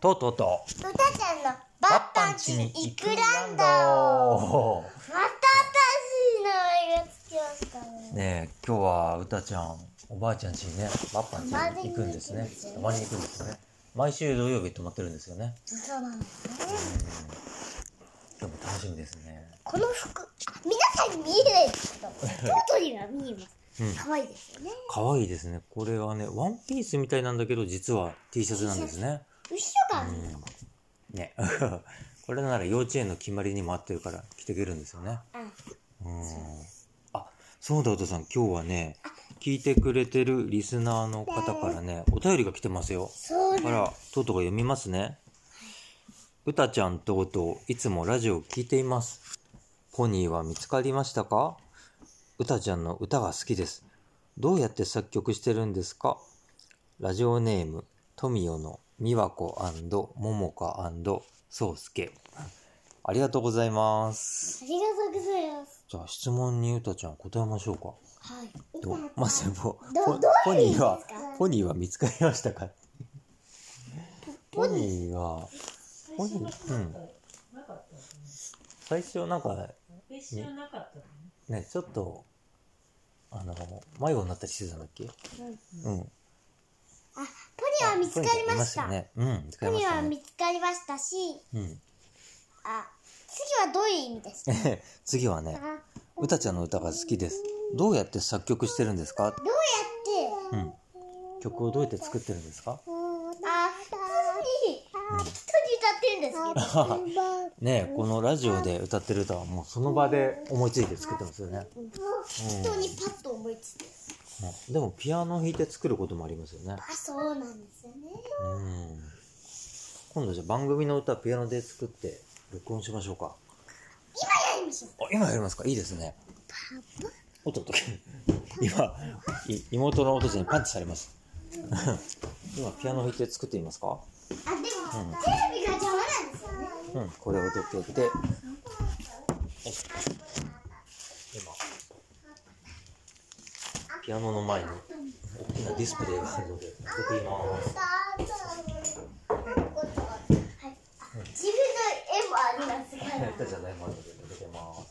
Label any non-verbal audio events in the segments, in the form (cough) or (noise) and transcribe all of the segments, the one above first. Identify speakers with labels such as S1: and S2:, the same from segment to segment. S1: とうとうと
S2: うたちゃんのバッタンチに行くランドまた私の色つきましたね
S1: ねえ今日はうたちゃんおばあちゃん家にねバッパン家に行くんですね
S2: 泊
S1: 泊ま
S2: まり
S1: りに行くんですね毎週土曜日泊まってるんですよね
S2: そうなんですね
S1: 今日も楽しみですね
S2: この服あ皆さんに見えないですけどトートには見えます
S1: うん
S2: 可愛いですよね
S1: 可愛いですねこれはねワンピースみたいなんだけど実は T シャツなんですね
S2: 後ろがあるの
S1: ね (laughs) これなら幼稚園の決まりにも合ってるから着ていけるんですよね
S2: うん
S1: うんあそうだお父さん今日はね聞いてくれてるリスナーの方からねお便りが来てますよ
S2: そう
S1: あ
S2: なん
S1: ら、とうとうが読みますね。うたちゃんとうとう、いつもラジオを聞いています。ポニーは見つかりましたかうたちゃんの歌が好きです。どうやって作曲してるんですかラジオネーム、トミオのみわこももかそうすけ。ありがとうございます。
S2: ありがとうございます
S1: じゃあ質問にうたちゃん答えましょうか。
S2: はい
S1: どうまずもう
S2: ど
S1: ポ
S2: ど
S1: ポ
S2: ういう意味
S1: ニーは
S2: ですか
S1: ポニーは見つかりましたかポニーはポニーうん
S3: なかったよね。
S1: 最初なんか
S3: 別紙はなかったよね。
S1: ねちょっとあの迷子になったりしてたんだっけ
S2: うん
S1: うん
S2: ポニーは見つかりました
S1: ポニーはいまよねうん見つか
S2: ポ
S1: りま
S2: ニ
S1: し
S2: ー
S1: た
S2: は
S1: ね
S2: 見つかりましたし
S1: うん
S2: あ次はどういう意味ですか
S1: 次はね
S2: あ
S1: うたちゃんの歌が好きですどうやって作曲してるんですか
S2: どうや
S1: う
S2: って
S1: ん曲をどうやって作ってるんですか
S2: あ、普通に、普通に歌ってるんですけど。
S1: ねこのラジオで歌ってる歌はもうその場で思いついて作ってますよね
S2: 本当にパッと思いついて。
S1: うんでもピアノ弾いて作ることもありますよね。
S2: あ、そうなんですよね。
S1: うん。今度じゃあ番組の歌ピアノで作って録音しましょうか。
S2: やりましょう。
S1: あ、今やりますかいいですね。おっとっと。今、い妹の弟にパンチされます。 (laughs) 今ピアノ弾いて作ってみますか
S2: あ、でも、テレビが邪魔なんですよね。
S1: うん。これを取っていって。今、ピアノの前に大きなディスプレイがあるので、取ってみます。
S2: はい自分の絵もありますから。
S1: 歌じゃないもので抜けてます。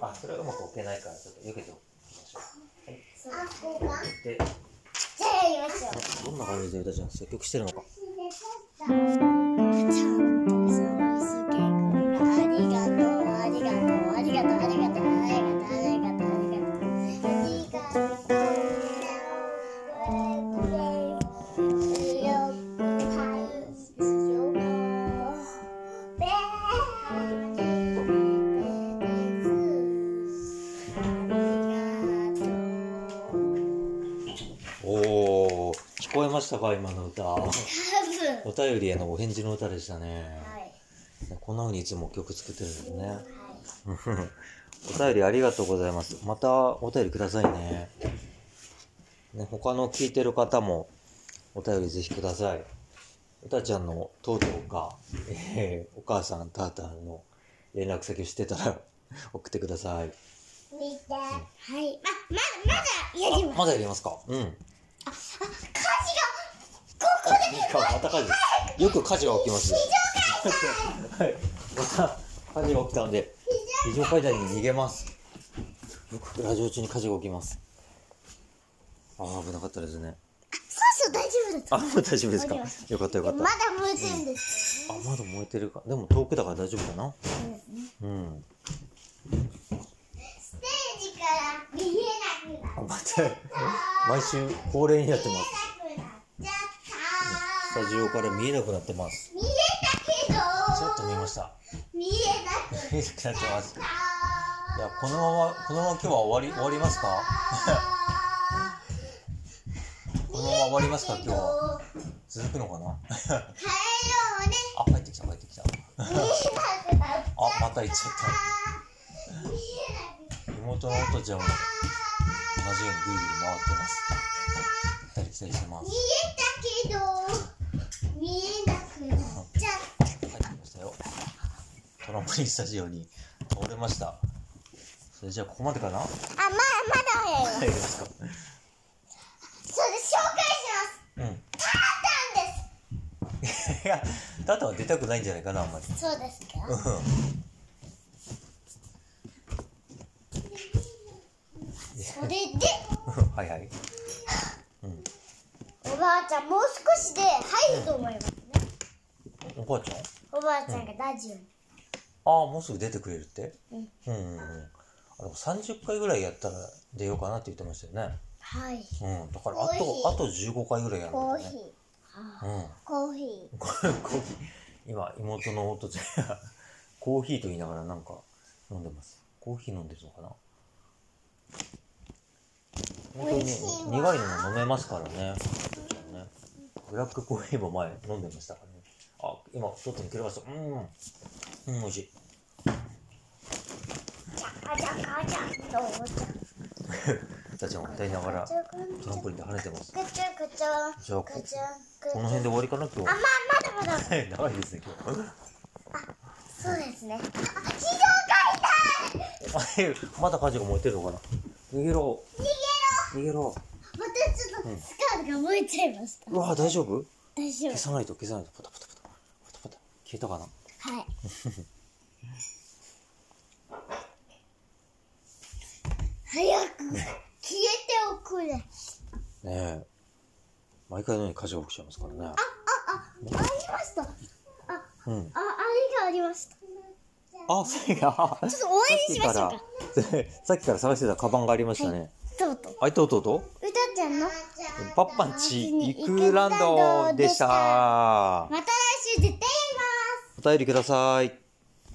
S1: あ、それはうまく置けないから、ちょっと避けておきましょ
S2: あ、こうか。
S1: う。で、
S2: じゃあやりましょう。
S1: どんな感じで歌じゃん、積極してるのか。
S2: ちゃんとそのすけくんがありがとうありがとうありがとうありがとうありがとうありがとうありがとうありがと
S1: おお、聞こえましたか、今の歌。
S2: う
S1: お便りへのお返事の歌でしたね。
S2: はい
S1: こんな風にいつも曲作ってるんですね。
S2: はい
S1: お便りありがとうございます。またお便りくださいね。ね他の聞いてる方もお便りぜひください。うたちゃんのとうとうか、えーお母さん、たーたんの連絡先を知ってたら送ってください。
S2: 見て。はい。ま、ま、まだやります。
S1: まだやりますかうん。
S2: 火事が、ここで、
S1: いいか、また火事です。よく火事が起きます。はい。また火事が起きたので、非常階段に逃げます。よくラジオ中に火事が起きます。ああ、危なかったですね。
S2: そうそう大丈夫だ
S1: あ、もう大丈夫ですか
S2: わかりまし。
S1: よかったよか
S2: と。
S1: っ
S2: ま
S1: た。あ、
S2: だ燃えてるんです。
S1: 窓燃えてるか。でも遠くだから大丈夫かな。うん。
S2: ステージから見えなくなっ
S1: あ、また、毎週恒例になってます。
S2: 見えなくなっち
S1: ス
S2: ゃっ
S1: タジオから見えなくなってます。
S2: た。見えた
S1: ちょっと
S2: けど、
S1: 見えました。
S2: 見えなくなっ
S1: 見えなくなってます。い
S2: た。
S1: や、このまま、このまま今日は終わり、終わります
S2: (laughs)
S1: かこのまま終わりますか今日は。続くのかな (laughs)
S2: 帰ろうね。
S1: あ帰ってきた帰ってきたあ
S2: 見えなくなっちゃった。
S1: また行っちゃ
S2: 見えなくなっ
S1: った妹の音ちゃんも同じようにぐるぐる回ってます行ったり来たりしてま
S2: 見
S1: す
S2: えたけど見えなくなっちゃった
S1: 帰ってきましたよトランポリンスタジオに倒れましたそれじゃあここまでかな
S2: あまだまだ早いわ
S1: 入りますか
S2: それで紹介し
S1: う
S2: ます
S1: ん (laughs)
S2: タータンです
S1: いや、タタは出たくないんじゃないかな、あんまり。 (laughs)
S2: そうですか
S1: うん。
S2: それで
S1: はいはい。
S2: おばあちゃんもう少しで入ると思いますね
S1: おばあちゃんあ
S2: おばあちゃんがラジオに
S1: あ、もうすぐ出てくれるって
S2: うん。
S1: うんうんうん。あでも30回ぐらいやったら出ようかなって言ってましたよね。
S2: はい
S1: うん。だからあと
S2: コーヒ、ー
S1: あと15回ぐらいやるんだ
S2: コ
S1: よ
S2: ー
S1: ね。
S2: ヒー
S1: うん。
S2: コーヒー
S1: コーヒー、今、妹の弟ちゃんが、コーヒーと言いながらなんか飲んでます。コーヒー飲んでるのかな本当に
S2: 美味
S1: ね
S2: しいわ
S1: 苦いのも飲めますからね、弟ちゃんね。ブラックコーヒーも前飲んでましたからね。あ、今、外に切れました。うん。うん、美味しい。
S2: じゃあじゃあじゃあどうじゃ
S1: 歌ちゃんを歌いながら、
S2: じ
S1: ト
S2: ゃこん
S1: ランポリンで跳ねてます。
S2: くちゃくちゃ
S1: じゃあ、こ
S2: くちゃく
S1: この辺で終わりかな、今日。
S2: ちゃまだまだ
S1: (laughs) 長いですね、今日。
S2: そうですね
S1: あまだ火事が燃えてるのかな逃げろ逃げろ逃げろ
S2: またちょっとスカートが燃えちゃいました
S1: うわ大丈夫
S2: 大丈夫
S1: 消さないと消さないとパタパタパタパタパタ消えたかな
S2: はい早く消えておくれ
S1: ねえ毎回のように火事が起きちゃいますからね
S2: ありましたあ
S1: うん
S2: あありがありました
S1: あそういやさ (laughs)
S2: ちょっと終わり
S1: っ
S2: に
S1: き
S2: しま
S1: か
S2: しょう
S1: ら
S2: か
S1: さっきから探してたカバンがありましたね
S2: とうとう
S1: あいとうとうと
S2: うたちゃんの
S1: パッパンチ行くランドでした
S2: また来週絶対やります
S1: お便りください